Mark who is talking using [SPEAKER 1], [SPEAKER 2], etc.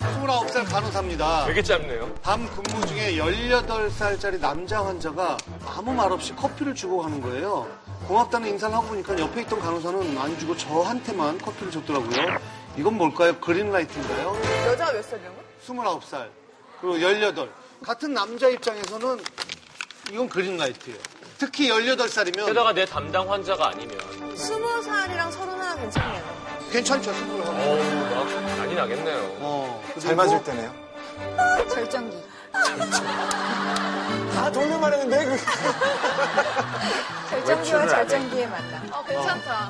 [SPEAKER 1] 29살 간호사입니다.
[SPEAKER 2] 되게 짧네요.
[SPEAKER 1] 밤 근무 중에 18살짜리 남자 환자가 아무 말 없이 커피를 주고 가는 거예요. 고맙다는 인사를 하고 보니까 옆에 있던 간호사는 안 주고 저한테만 커피를 줬더라고요. 이건 뭘까요? 그린라이트인가요?
[SPEAKER 3] 여자가 몇 살이라고?
[SPEAKER 1] 29살. 그리고 18. 같은 남자 입장에서는 이건 그린라이트예요. 특히 18살이면
[SPEAKER 2] 게다가 내 담당 환자가 아니면
[SPEAKER 3] 스무 살이랑 서른 하나 괜찮네요.
[SPEAKER 1] 괜찮죠, 스물 하면.
[SPEAKER 2] 어우 막 난리 나겠네요.
[SPEAKER 1] 어.
[SPEAKER 4] 잘 맞을 때네요.
[SPEAKER 5] 절정기.
[SPEAKER 4] 다 돌려 말했는데 그.
[SPEAKER 5] 절정기와 절정기의 만남.
[SPEAKER 3] 어, 괜찮다.